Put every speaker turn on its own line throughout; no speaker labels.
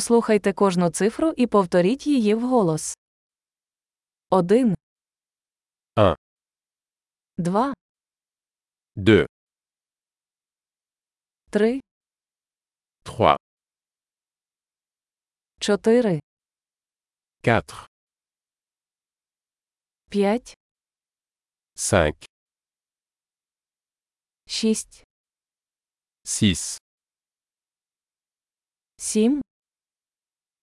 Послухайте кожну цифру і повторіть її вголос. 1,
Un.
2,
2,
3,
3,
4,
4,
5,
5,
6,
6,
7,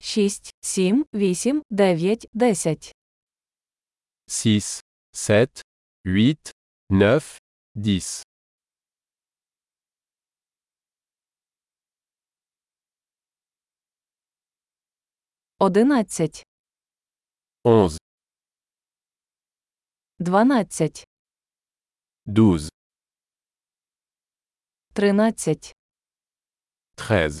шість, сім, вісім, дев'ять, десять,
6, 7, 8, 9, 10,
одинадцять,
11,
дванадцять,
12,
тринадцять,
13,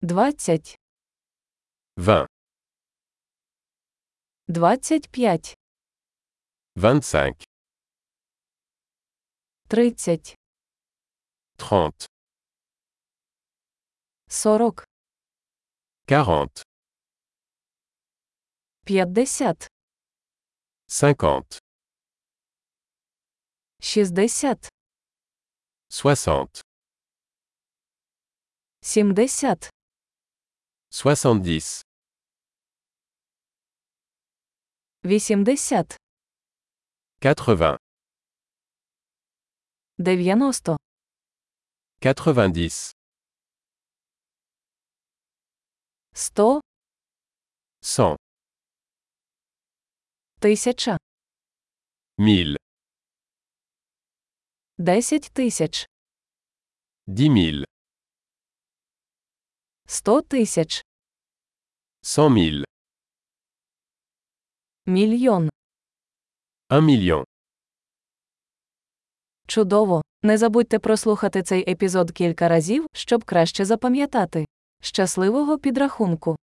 двадцять,
20,
двадцять п'ять,
25,
тридцять,
30,
сорок,
40,
п'ятдесят,
50,
шістдесят,
60,
сімдесят,
70,
вісімдесят,
80,
дев'яносто,
90,
сто,
100,
тисяча,
1000,
десять тисяч,
10 000,
сто тисяч,
100 000,
мільйон.
1 million.
Чудово! Не забудьте прослухати цей епізод кілька разів, щоб краще запам'ятати. Щасливого підрахунку!